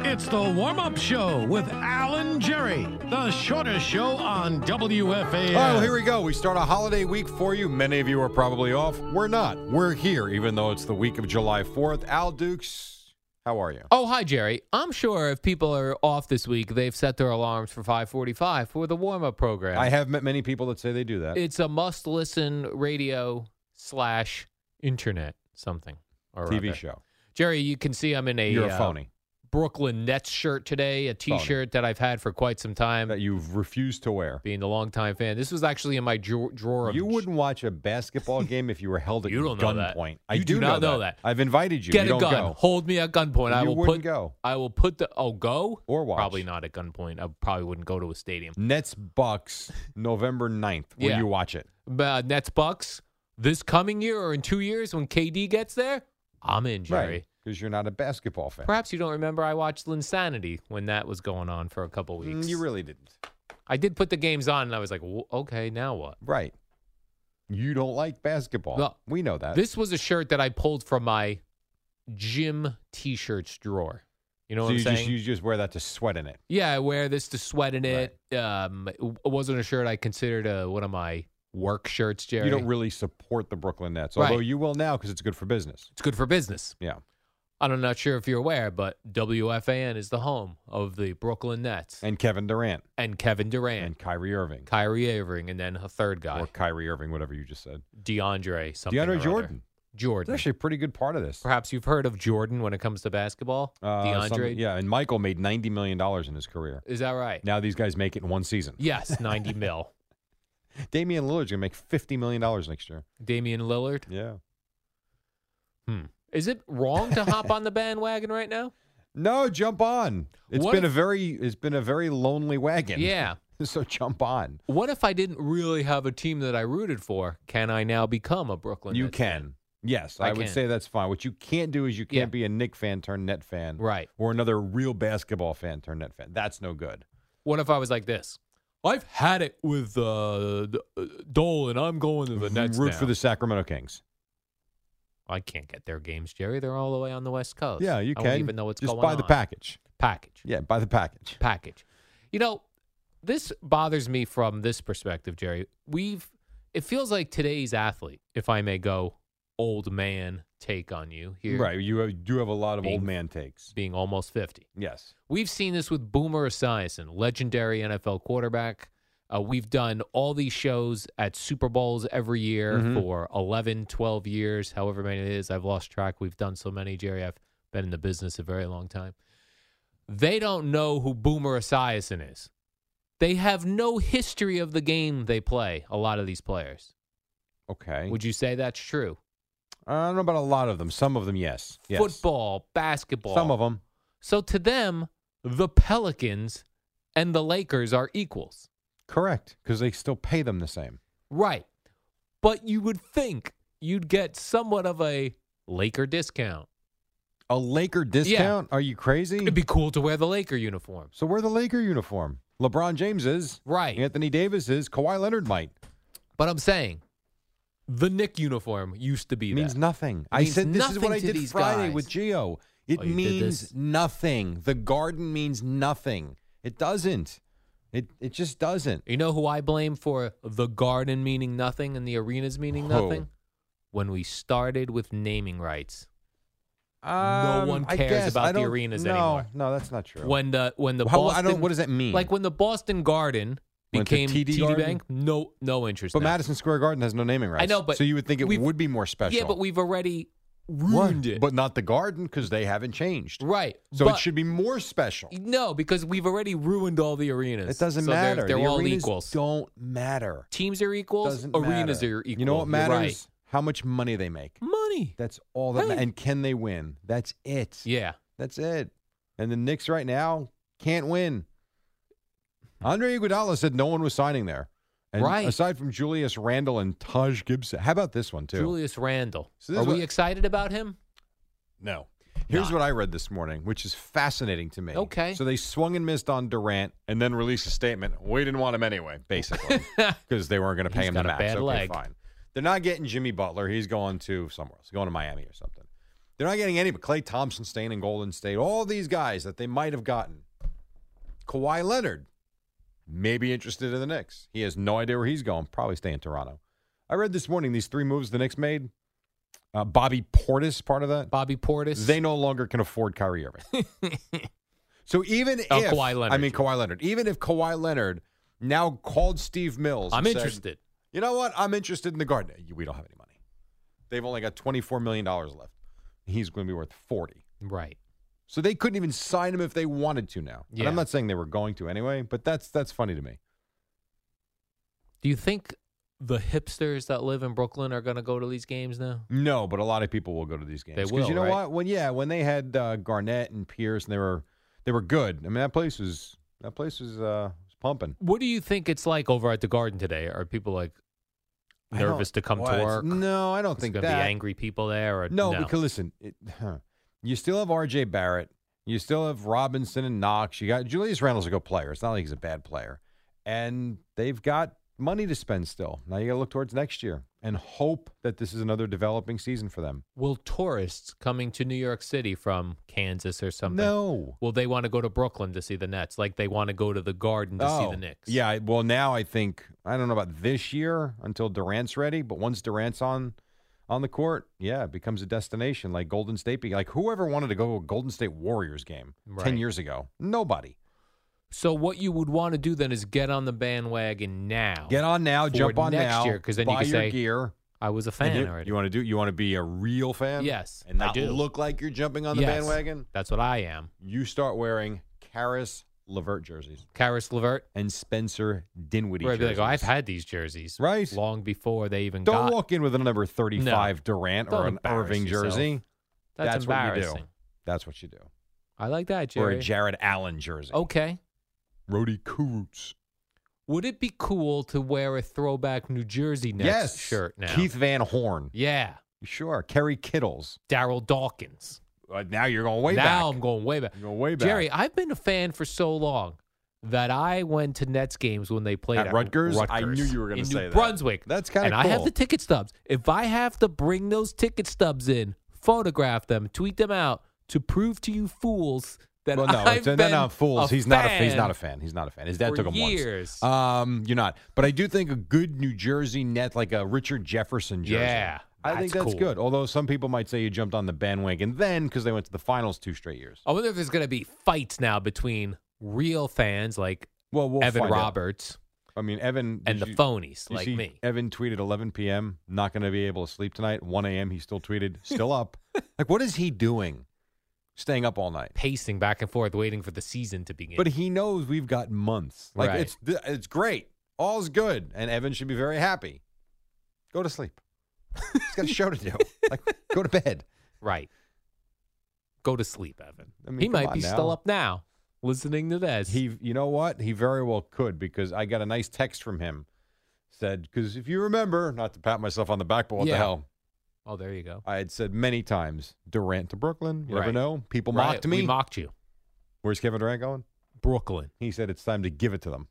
Speaker 4: It's the warm up show with Alan Jerry, the shortest show on WFAN.
Speaker 3: Oh, here we go. We start a holiday week for you. Many of you are probably off. We're not. We're here, even though it's the week of July 4th. Al Dukes, how are you?
Speaker 2: oh hi Jerry. I'm sure if people are off this week, they've set their alarms for 5:45 for the warm up program.
Speaker 3: I have met many people that say they do that.
Speaker 2: It's a must listen radio slash internet something or
Speaker 3: TV
Speaker 2: other.
Speaker 3: show.
Speaker 2: Jerry, you can see I'm in a,
Speaker 3: You're a
Speaker 2: uh,
Speaker 3: phony.
Speaker 2: Brooklyn Nets shirt today, a t shirt that I've had for quite some time,
Speaker 3: That you've refused to wear.
Speaker 2: being a longtime fan. This was actually in my drawer. drawer of
Speaker 3: You wouldn't watch a basketball game if you were held at
Speaker 2: You don't know that.
Speaker 3: gunpoint. I
Speaker 2: You
Speaker 3: do,
Speaker 2: do not know that.
Speaker 3: I've invited you.
Speaker 2: get
Speaker 3: you
Speaker 2: a
Speaker 3: don't
Speaker 2: gun.
Speaker 3: Go.
Speaker 2: Hold me at gunpoint. I
Speaker 3: You
Speaker 2: will
Speaker 3: wouldn't
Speaker 2: put
Speaker 3: go.
Speaker 2: I will put the oh go
Speaker 3: Or watch.
Speaker 2: Probably not at gunpoint. I probably wouldn't go to a stadium.
Speaker 3: Nets Bucks November 9th. Will
Speaker 2: Yeah.
Speaker 3: you watch it?
Speaker 2: But, uh, Nets Bucks this coming year or in two years when KD gets there, I'm in, Jerry.
Speaker 3: Because you're not a basketball fan.
Speaker 2: Perhaps you don't remember I watched Linsanity when that was going on for a couple weeks.
Speaker 3: Mm, You really didn't.
Speaker 2: I did put the games on and I was like, "Wh- okay, now what?
Speaker 3: Right. You don't like basketball.
Speaker 2: No.
Speaker 3: we know that.
Speaker 2: This was a shirt that I pulled from my gym t-shirts drawer. You know
Speaker 3: so
Speaker 2: what I'm
Speaker 3: you
Speaker 2: saying?
Speaker 3: just you just wear that to sweat in it.
Speaker 2: yeah, I wear this to sweat in it. Um, it w- wasn't a shirt I considered a, one of my work shirts, Jerry.
Speaker 3: You don't really support the Brooklyn Nets,
Speaker 2: Right.
Speaker 3: although you will now because it's good for business.
Speaker 2: it's good for business.
Speaker 3: Yeah.
Speaker 2: And I'm not sure if you're aware, but WFAN is the home of the Brooklyn Nets and,
Speaker 3: And Kevin Durant
Speaker 2: Kevin Durant,
Speaker 3: and Kyrie Irving
Speaker 2: Kyrie Irving, and then a third guy,
Speaker 3: or Kyrie Irving, whatever you just said.
Speaker 2: DeAndre something. or
Speaker 3: DeAndre
Speaker 2: other.
Speaker 3: Jordan. It's
Speaker 2: Jordan.
Speaker 3: actually a pretty good part of this.
Speaker 2: Perhaps you've heard of Jordan when it comes to basketball.
Speaker 3: Uh,
Speaker 2: DeAndre.
Speaker 3: some- yeah, and Michael made ninety million dollars in his career.
Speaker 2: Is that right?
Speaker 3: Now these guys make it in one season.
Speaker 2: Yes, 90 mil.
Speaker 3: Damian Lillard's gonna make fifty million dollars next year.
Speaker 2: Damian Lillard.
Speaker 3: Yeah.
Speaker 2: Hmm. Is it wrong to hop on the bandwagon right now?
Speaker 3: No, jump on. It's
Speaker 2: What
Speaker 3: been
Speaker 2: if-
Speaker 3: a very it's been a very lonely wagon.
Speaker 2: Yeah.
Speaker 3: so jump on.
Speaker 2: What if I didn't really have a team that I rooted for? Can I now become a Brooklyn?
Speaker 3: You
Speaker 2: Nets fan?
Speaker 3: can. Yes,
Speaker 2: I
Speaker 3: I, would
Speaker 2: can.
Speaker 3: say that's fine. What you can't do is you can't
Speaker 2: Yeah.
Speaker 3: be a Nick fan turned net fan.
Speaker 2: Right.
Speaker 3: Or another real basketball fan turned net fan. That's no good.
Speaker 2: What if I was like this? I've had it with uh, the- uh, Dole, and I'm going to the Nets.
Speaker 3: Root
Speaker 2: now.
Speaker 3: for the Sacramento Kings.
Speaker 2: I can't get their games, Jerry. They're all the way on the West Coast.
Speaker 3: Yeah, you
Speaker 2: I
Speaker 3: can.
Speaker 2: Won't even know what's
Speaker 3: Just
Speaker 2: going
Speaker 3: buy
Speaker 2: on.
Speaker 3: the package.
Speaker 2: package.
Speaker 3: Yeah, buy the package.
Speaker 2: package. You know, this bothers me from this perspective, Jerry. We've it feels like today's athlete, if I may go old man take on you here,
Speaker 3: Right. You have, do have a lot of old
Speaker 2: Being-
Speaker 3: man takes.
Speaker 2: Being almost fifty,
Speaker 3: Yes.
Speaker 2: we've seen this with Boomer Esiason, legendary NFL quarterback, Uh, we've done all these shows at Super Bowls every year
Speaker 3: Mm-hmm.
Speaker 2: for 11, 12 years, however many it is. I've lost track. We've done so many, Jerry. I've been in the business a very long time. They don't know who Boomer Esiason is. They have no history of the game they play, a lot of these players.
Speaker 3: Okay.
Speaker 2: Would you say that's true?
Speaker 3: I don't know about a lot of them. Some of them, yes. yes.
Speaker 2: Football, basketball.
Speaker 3: Some of them.
Speaker 2: So to them, the Pelicans and the Lakers are equals.
Speaker 3: Correct. Because they still pay them the same.
Speaker 2: Right. But you would think you'd get somewhat of a Laker discount.
Speaker 3: A Laker discount? Are you crazy?
Speaker 2: It'd be cool to wear the Laker uniforms.
Speaker 3: so wear the Laker uniform. LeBron James is.
Speaker 2: Right.
Speaker 3: Anthony Davis is. Kawhi Leonard might.
Speaker 2: But I'm saying the Nick uniform used to be
Speaker 3: It means
Speaker 2: that.
Speaker 3: nothing.
Speaker 2: It
Speaker 3: I
Speaker 2: means
Speaker 3: said this is
Speaker 2: nothing
Speaker 3: what I
Speaker 2: to
Speaker 3: did
Speaker 2: these
Speaker 3: Friday
Speaker 2: guys.
Speaker 3: with Geo. It
Speaker 2: Oh, you did
Speaker 3: means
Speaker 2: this?
Speaker 3: nothing. The garden means nothing. It doesn't. It it just doesn't.
Speaker 2: You know who I blame for the garden meaning nothing and the arenas meaning
Speaker 3: Who?
Speaker 2: nothing? When we started with naming rights.
Speaker 3: Um,
Speaker 2: one
Speaker 3: I
Speaker 2: cares
Speaker 3: guess.
Speaker 2: about
Speaker 3: I
Speaker 2: the
Speaker 3: don't-
Speaker 2: arenas
Speaker 3: no,
Speaker 2: anymore.
Speaker 3: No, that's not true.
Speaker 2: When the when the
Speaker 3: How- I
Speaker 2: Boston
Speaker 3: don't- what does that mean?
Speaker 2: Like when the Boston Garden
Speaker 3: Went to
Speaker 2: became
Speaker 3: TD
Speaker 2: TD,
Speaker 3: Garden?
Speaker 2: Bank, no no interest.
Speaker 3: but
Speaker 2: now.
Speaker 3: Madison Square Garden has no naming rights.
Speaker 2: know, but
Speaker 3: so you would think it
Speaker 2: we've-
Speaker 3: would be more special.
Speaker 2: Yeah, but we've already
Speaker 3: What?
Speaker 2: ruined it.
Speaker 3: But not the garden because they haven't changed.
Speaker 2: right.
Speaker 3: So
Speaker 2: but-
Speaker 3: it should be more special.
Speaker 2: No, because we've already ruined all the arenas.
Speaker 3: It doesn't
Speaker 2: So
Speaker 3: matter.
Speaker 2: They're, they're
Speaker 3: The
Speaker 2: all
Speaker 3: arenas
Speaker 2: equals.
Speaker 3: Don't matter.
Speaker 2: Teams are equals.
Speaker 3: Doesn't
Speaker 2: arenas
Speaker 3: matter.
Speaker 2: are equal.
Speaker 3: You know what
Speaker 2: You're
Speaker 3: matters?
Speaker 2: right.
Speaker 3: How much money they make.
Speaker 2: Money.
Speaker 3: That's all that. ma-
Speaker 2: Right.
Speaker 3: and can they win? That's it.
Speaker 2: Yeah.
Speaker 3: That's it. And the Knicks right now can't win. Andre Iguodala said no one was signing there. And
Speaker 2: Right.
Speaker 3: Aside from Julius Randle and Taj Gibson, how about this one too?
Speaker 2: Julius Randle.
Speaker 3: So this
Speaker 2: are
Speaker 3: is
Speaker 2: we
Speaker 3: what-
Speaker 2: excited about him?
Speaker 3: No. Here's
Speaker 2: Not.
Speaker 3: what I read this morning, which is fascinating to me.
Speaker 2: Okay.
Speaker 3: So they swung and missed on Durant and then released a statement. We didn't want him anyway, basically, because they weren't going to pay
Speaker 2: He's
Speaker 3: him the
Speaker 2: got a
Speaker 3: max.
Speaker 2: bad
Speaker 3: okay,
Speaker 2: leg.
Speaker 3: fine. They're not getting Jimmy Butler. He's going to somewhere else, going to Miami or something. They're not getting any, but Clay Thompson staying in Golden State. All these guys that they might have gotten. Kawhi Leonard may be interested in the Knicks. He has no idea where he's going. Probably stay in Toronto. I read this morning these three moves the Knicks made. Uh, Bobby Portis, part of that.
Speaker 2: Bobby Portis.
Speaker 3: They no longer can afford Kyrie Irving. so even
Speaker 2: Oh,
Speaker 3: if
Speaker 2: Kawhi Leonard.
Speaker 3: I mean Kawhi Leonard, even if Kawhi Leonard now called Steve Mills,
Speaker 2: I'm
Speaker 3: and said,
Speaker 2: interested.
Speaker 3: you know what? I'm interested in the Garden. We don't have any money. They've only got 24 million dollars left. He's going to be worth 40.
Speaker 2: Right.
Speaker 3: So they couldn't even sign him if they wanted to now. And
Speaker 2: Yeah.
Speaker 3: I'm not saying they were going to anyway, but that's that's funny to me.
Speaker 2: Do you think the hipsters that live in Brooklyn are going to go to these games now?
Speaker 3: No, but a lot of people will go to these games.
Speaker 2: They
Speaker 3: 'Cause
Speaker 2: will,
Speaker 3: You know
Speaker 2: right?
Speaker 3: what? When yeah, when they had uh, Garnett and Pierce, and they were they were good. I mean, that place was that place was uh, was pumping.
Speaker 2: What do you think it's like over at the Garden today? Are people like
Speaker 3: I don't-
Speaker 2: nervous to come
Speaker 3: What?
Speaker 2: to work?
Speaker 3: No, I don't
Speaker 2: Is
Speaker 3: think
Speaker 2: there
Speaker 3: that.
Speaker 2: gonna be angry people there or
Speaker 3: No, because listen, it, you still have R.J. Barrett, you still have Robinson and Knox. You got Julius Randle's a good player. It's not like he's a bad player, and they've got money to spend still. Now you got to look towards next year and hope that this is another developing season for them.
Speaker 2: will tourists coming to New York City from Kansas or something?
Speaker 3: No.
Speaker 2: Will they want to go to Brooklyn to see the Nets? Like they want to go to the Garden to see the Knicks?
Speaker 3: Oh, Yeah, I- well, now I think I don't know about this year until Durant's ready, but once Durant's on on the court, yeah, it becomes a destination like Golden State. be- Like whoever wanted to go to a Golden State Warriors game
Speaker 2: Right.
Speaker 3: ten years ago, nobody.
Speaker 2: So what you would want to do then is get on the bandwagon now.
Speaker 3: Get on now,
Speaker 2: Oh. For
Speaker 3: jump on
Speaker 2: next
Speaker 3: now,
Speaker 2: year, 'cause then you
Speaker 3: buy
Speaker 2: can
Speaker 3: your
Speaker 2: say,
Speaker 3: gear.
Speaker 2: I was a
Speaker 3: and
Speaker 2: fan
Speaker 3: you,
Speaker 2: already.
Speaker 3: want to do? You want to be a real fan?
Speaker 2: Yes,
Speaker 3: and
Speaker 2: I
Speaker 3: not
Speaker 2: do.
Speaker 3: look like you're jumping on the
Speaker 2: Yes.
Speaker 3: bandwagon.
Speaker 2: That's what I am.
Speaker 3: You start wering Karis Levert jerseys
Speaker 2: Karis Levert.
Speaker 3: and Spencer Dinwiddie
Speaker 2: Where I'd be like,
Speaker 3: jerseys.
Speaker 2: oh, I've had these jerseys
Speaker 3: Right.
Speaker 2: long before they even
Speaker 3: Don't
Speaker 2: got.
Speaker 3: walk in with a number 35 Durant
Speaker 2: Don't
Speaker 3: or an
Speaker 2: embarrass
Speaker 3: Irving
Speaker 2: yourself.
Speaker 3: jersey.
Speaker 2: That's,
Speaker 3: That's what you do.
Speaker 2: embarrassing.
Speaker 3: That's what you do.
Speaker 2: I like that,
Speaker 3: Or
Speaker 2: Jerry. Oh.
Speaker 3: a Jared Allen jersey.
Speaker 2: okay.
Speaker 3: Rody Kurutz.
Speaker 2: Would it be cool to wear a throwback New Jersey Nets
Speaker 3: Yes.
Speaker 2: shirt now?
Speaker 3: Keith Van Horn.
Speaker 2: Yeah.
Speaker 3: Sure. Kerry Kittles.
Speaker 2: Daryl Dawkins.
Speaker 3: Uh, now you're going way
Speaker 2: now
Speaker 3: back.
Speaker 2: I'm going way back.
Speaker 3: You're going way back.
Speaker 2: Jerry, I've been a fan for so long that I went to Nets games when they played
Speaker 3: At Rutgers? I knew you were gonna
Speaker 2: in
Speaker 3: say
Speaker 2: New
Speaker 3: that.
Speaker 2: Brunswick.
Speaker 3: That's kinda
Speaker 2: And I have
Speaker 3: cool.
Speaker 2: the ticket stubs. If I have to bring those ticket stubs in, photograph them, tweet them out to prove to you fools that
Speaker 3: Well, no,
Speaker 2: I've
Speaker 3: it's, no,
Speaker 2: been
Speaker 3: no, fools.
Speaker 2: A
Speaker 3: he's
Speaker 2: fan
Speaker 3: not. A, he's not a fan. He's not a fan. His dad
Speaker 2: for
Speaker 3: took him
Speaker 2: years.
Speaker 3: once. Um, you're not. But I do think a good New Jersey net, like a Richard Jefferson jersey.
Speaker 2: Yeah,
Speaker 3: I think
Speaker 2: that's cool.
Speaker 3: that's good. Although some people might say you jumped on the bandwagon then because they went to the finals two straight years.
Speaker 2: I wonder if there's going to be fights now between real fans like
Speaker 3: Well, we'll
Speaker 2: Evan
Speaker 3: find out.
Speaker 2: Roberts
Speaker 3: I mean, Evan
Speaker 2: and the
Speaker 3: did you-
Speaker 2: phonies
Speaker 3: you
Speaker 2: like
Speaker 3: see
Speaker 2: me.
Speaker 3: Evan tweeted 11 p.m. Not going to be able to sleep tonight. 1 a.m. He still tweeted, still up. like, what is he doing? Staying up all night.
Speaker 2: pacing back and forth, waiting for the season to begin.
Speaker 3: But he knows we've got months. Like
Speaker 2: Right.
Speaker 3: it's th- it's great. All's good, and Evan should be very happy. Go to sleep. He's got a show to do. Like, go to bed.
Speaker 2: right. Go to sleep, Evan.
Speaker 3: I mean,
Speaker 2: he
Speaker 3: come
Speaker 2: might
Speaker 3: on
Speaker 2: be
Speaker 3: now.
Speaker 2: still up now, listening to this.
Speaker 3: He, you know what? He very well could because I got a nice text from him. Said because if you remember, not to pat myself on the back, but what
Speaker 2: Yeah.
Speaker 3: the hell?
Speaker 2: oh, there you go.
Speaker 3: I had said many times Durant to Brooklyn. You never
Speaker 2: Right.
Speaker 3: know. People
Speaker 2: Right,
Speaker 3: mocked me.
Speaker 2: We mocked you,
Speaker 3: Where's Kevin Durant going?
Speaker 2: Brooklyn.
Speaker 3: He said it's time to give it to them.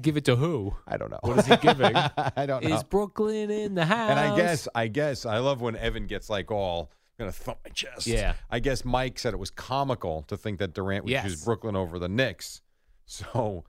Speaker 2: Give it to who?
Speaker 3: I don't know.
Speaker 2: What is he giving?
Speaker 3: I don't know.
Speaker 2: Is Brooklyn in the house?
Speaker 3: And I guess, I guess, I love when Evan gets like all I'm gonna thump my chest.
Speaker 2: Yeah.
Speaker 3: I guess Mike said it was comical to think that Durant would
Speaker 2: Yes.
Speaker 3: choose Brooklyn over the Knicks. So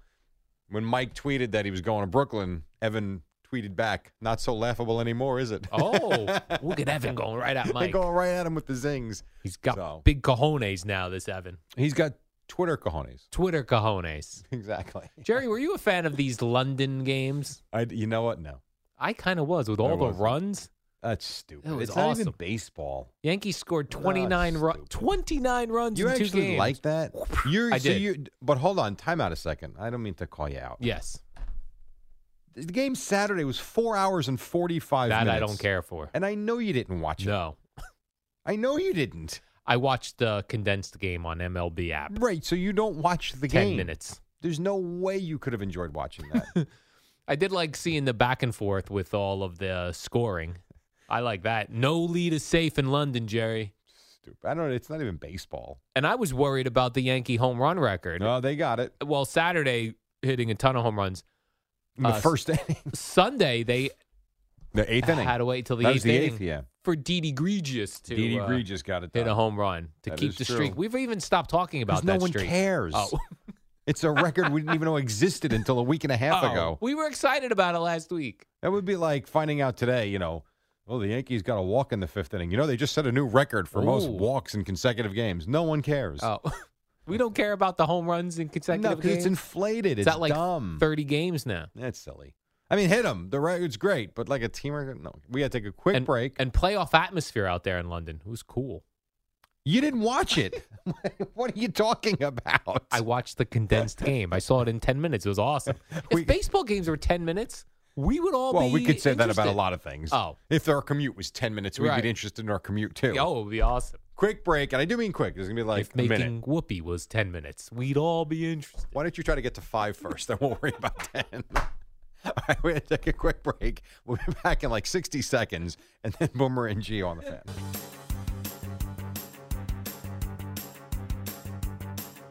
Speaker 3: when Mike tweeted that he was going to Brooklyn, Evan tweeted back, "Not so laughable anymore, is it?"
Speaker 2: Oh, look at Evan going right at
Speaker 3: They're
Speaker 2: Mike.
Speaker 3: going right at him with the zings.
Speaker 2: He's got
Speaker 3: So-
Speaker 2: big cojones now. This Evan,
Speaker 3: He's got Twitter cojones.
Speaker 2: Twitter cojones.
Speaker 3: Exactly.
Speaker 2: Jerry, were you a fan of these London games?
Speaker 3: I, you know what? No,
Speaker 2: I kind of was with all
Speaker 3: I
Speaker 2: the
Speaker 3: wasn't.
Speaker 2: runs.
Speaker 3: that's stupid.
Speaker 2: That was
Speaker 3: it's not even
Speaker 2: awesome.
Speaker 3: baseball.
Speaker 2: Yankees scored
Speaker 3: That's
Speaker 2: 29 runs.
Speaker 3: stupid.
Speaker 2: 29 runs
Speaker 3: You
Speaker 2: in two
Speaker 3: actually
Speaker 2: games.
Speaker 3: like that? You're,
Speaker 2: I
Speaker 3: so
Speaker 2: did.
Speaker 3: you but hold on, time out a second. I don't mean to call you out.
Speaker 2: Yes.
Speaker 3: The game Saturday was four hours and forty five
Speaker 2: that
Speaker 3: minutes.
Speaker 2: I don't care for.
Speaker 3: And I know you didn't watch it.
Speaker 2: No.
Speaker 3: I know you didn't.
Speaker 2: I watched the condensed game on MLB app.
Speaker 3: Right. So you don't watch the
Speaker 2: 10
Speaker 3: game.
Speaker 2: minutes.
Speaker 3: There's no way you could have enjoyed watching that.
Speaker 2: I did like seeing the back and forth with all of the scoring. I like that. No lead is safe in London, Jerry.
Speaker 3: Stupid. I don't know. It's not even baseball.
Speaker 2: And I was worried about the Yankee home run record.
Speaker 3: No, they got it
Speaker 2: Well, Saturday hitting a ton of home runs.
Speaker 3: in the
Speaker 2: Uh,
Speaker 3: first inning.
Speaker 2: Sunday they
Speaker 3: The eighth inning.
Speaker 2: had to wait till the
Speaker 3: that
Speaker 2: eighth
Speaker 3: was the
Speaker 2: inning
Speaker 3: eighth, yeah.
Speaker 2: for Didi Gregis to
Speaker 3: Didi
Speaker 2: uh,
Speaker 3: Regis got it done.
Speaker 2: hit a home run to
Speaker 3: That
Speaker 2: keep
Speaker 3: is
Speaker 2: the
Speaker 3: true.
Speaker 2: streak. We've even stopped talking about
Speaker 3: Because
Speaker 2: that
Speaker 3: no one
Speaker 2: streak.
Speaker 3: cares.
Speaker 2: Oh.
Speaker 3: It's a record we didn't even know existed until a week and a half
Speaker 2: Oh,
Speaker 3: ago.
Speaker 2: we were excited about it last week.
Speaker 3: That would be like finding out today, you know, well, the Yankees got a walk in the fifth inning. You know, they just set a new record for most
Speaker 2: Ooh.
Speaker 3: walks in consecutive games. No one cares.
Speaker 2: Oh, we don't care about the home runs in consecutive
Speaker 3: no, because
Speaker 2: games.
Speaker 3: it's inflated.
Speaker 2: It's
Speaker 3: It's
Speaker 2: at like
Speaker 3: dumb.
Speaker 2: thirty games now.
Speaker 3: That's silly. I mean, hit them. The record's great, but like a team record, no. We got to take a quick
Speaker 2: and,
Speaker 3: break.
Speaker 2: and playoff atmosphere out there in London. It was cool.
Speaker 3: you didn't watch it. what are you talking about?
Speaker 2: I watched the condensed game. I saw it in ten minutes. It was awesome.
Speaker 3: We-
Speaker 2: if baseball games were ten minutes, we would all
Speaker 3: well,
Speaker 2: be.
Speaker 3: we could say that about a
Speaker 2: interested.
Speaker 3: lot of things.
Speaker 2: Oh.
Speaker 3: If our commute was 10 minutes, we'd
Speaker 2: Right.
Speaker 3: get interested in our commute too.
Speaker 2: Oh, it would be awesome.
Speaker 3: Quick break, and I do mean quick. There's going to be like
Speaker 2: if
Speaker 3: a
Speaker 2: making
Speaker 3: minute.
Speaker 2: whoopee was ten minutes, we'd all be interested.
Speaker 3: Why don't you try to get to five first? Then we'll worry about 10. All right, we're going to take a quick break. We'll be back in like 60 seconds, and then Boomer and Gio on the fan.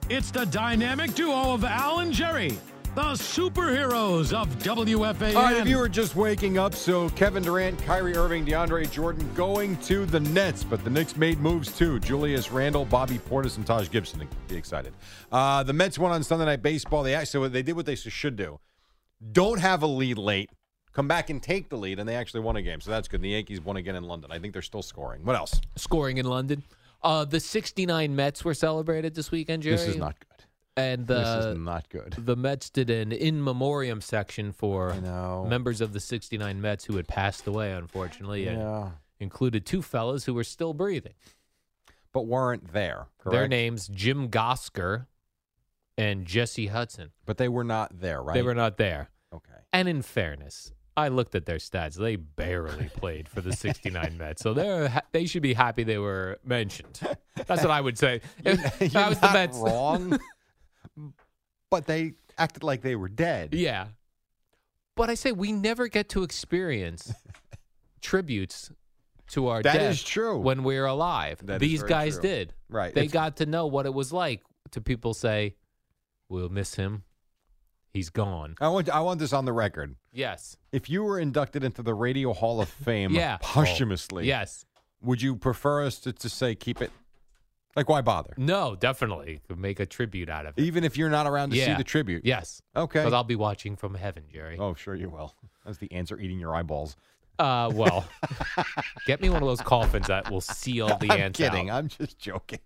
Speaker 4: It's the dynamic duo of Al and Jerry, the superheroes of WFAN.
Speaker 3: All right, if you were just waking up, so Kevin Durant, Kyrie Irving, DeAndre Jordan going to the Nets, but the Knicks made moves too. Julius Randle, Bobby Portis, and Taj Gibson. Be excited. Uh, the Mets won on Sunday Night Baseball. They actually they did what they should do. Don't have a lead late. Come back and take the lead, and they actually won a game, so that's good. And the Yankees won again in London. I think they're still scoring. What else?
Speaker 2: Scoring in London. Uh, the '69 Mets were celebrated this weekend, Jerry.
Speaker 3: This is not good.
Speaker 2: And the
Speaker 3: this is not good.
Speaker 2: the Mets did an in memoriam section for
Speaker 3: know.
Speaker 2: members of the 69 Mets who had passed away, unfortunately, and
Speaker 3: Yeah,
Speaker 2: included two fellas who were still breathing.
Speaker 3: but weren't there. Correct?
Speaker 2: Their names, Jim Gosker and Jesse Hudson.
Speaker 3: but they were not there, right?
Speaker 2: They were not there.
Speaker 3: Okay.
Speaker 2: And in fairness, I looked at their stats. They barely played for the 69 Mets. So they're ha- they should be happy they were mentioned. That's what I would say. If
Speaker 3: You're
Speaker 2: I was the
Speaker 3: not
Speaker 2: Mets.
Speaker 3: wrong, but they acted like they were dead.
Speaker 2: Yeah. But I say we never get to experience tributes to our
Speaker 3: That
Speaker 2: death
Speaker 3: is true.
Speaker 2: when we're alive.
Speaker 3: That is
Speaker 2: These
Speaker 3: very
Speaker 2: guys
Speaker 3: true.
Speaker 2: did.
Speaker 3: Right.
Speaker 2: They
Speaker 3: It's-
Speaker 2: got to know what it was like to people say, We'll miss him. He's gone.
Speaker 3: I want I want this on the record.
Speaker 2: Yes.
Speaker 3: If you were inducted into the Radio Hall of Fame
Speaker 2: Yeah.
Speaker 3: posthumously,
Speaker 2: Yes.
Speaker 3: would you prefer us to, to say keep it? Like why bother?
Speaker 2: No, definitely. Could Make a tribute out of it.
Speaker 3: Even if you're not around to see
Speaker 2: Yeah.
Speaker 3: the tribute.
Speaker 2: Yes.
Speaker 3: E- Okay.
Speaker 2: Because I'll be watching from heaven, Jerry.
Speaker 3: Oh, sure you will. That's the answer eating your eyeballs.
Speaker 2: Uh, well, get me one of those coffins that will seal the
Speaker 3: I'm
Speaker 2: ants
Speaker 3: kidding.
Speaker 2: out.
Speaker 3: I'm just joking.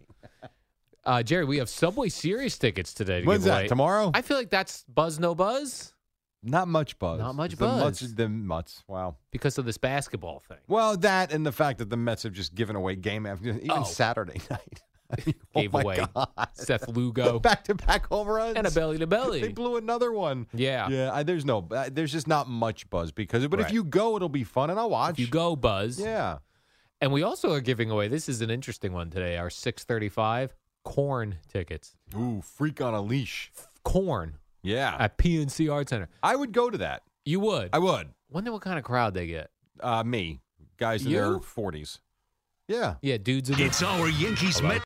Speaker 2: Uh, Jerry, we have Subway Series tickets today. To
Speaker 3: When's
Speaker 2: give
Speaker 3: that?
Speaker 2: away.
Speaker 3: Tomorrow?
Speaker 2: I feel like that's buzz no buzz.
Speaker 3: Not much buzz.
Speaker 2: Not much
Speaker 3: the
Speaker 2: buzz.
Speaker 3: Mutz, the Mutz. Wow.
Speaker 2: because of this basketball thing.
Speaker 3: Well, that and the fact that the Mets have just given away game after even
Speaker 2: Oh.
Speaker 3: Saturday night. I mean,
Speaker 2: Gave
Speaker 3: oh my
Speaker 2: away
Speaker 3: God.
Speaker 2: Seth Lugo
Speaker 3: back to back home runs
Speaker 2: and a belly to
Speaker 3: They
Speaker 2: belly.
Speaker 3: blew another one.
Speaker 2: Yeah.
Speaker 3: yeah. I, there's no. I, there's just not much buzz because. But if
Speaker 2: Right.
Speaker 3: you go, it'll be fun, and I'll watch.
Speaker 2: If you go, Buzz.
Speaker 3: Yeah.
Speaker 2: And we also are giving away. This is an interesting one today. Our six thirty-five corn tickets.
Speaker 3: Ooh, freak on a leash.
Speaker 2: Corn
Speaker 3: Yeah.
Speaker 2: at PNC Art Center.
Speaker 3: I would go to that.
Speaker 2: You would.
Speaker 3: I would.
Speaker 2: Wonder what kind of crowd they get.
Speaker 3: Uh, me, guys in
Speaker 2: You?
Speaker 3: their forties. Yeah.
Speaker 2: Yeah, dudes in the
Speaker 4: It's our Yankees Met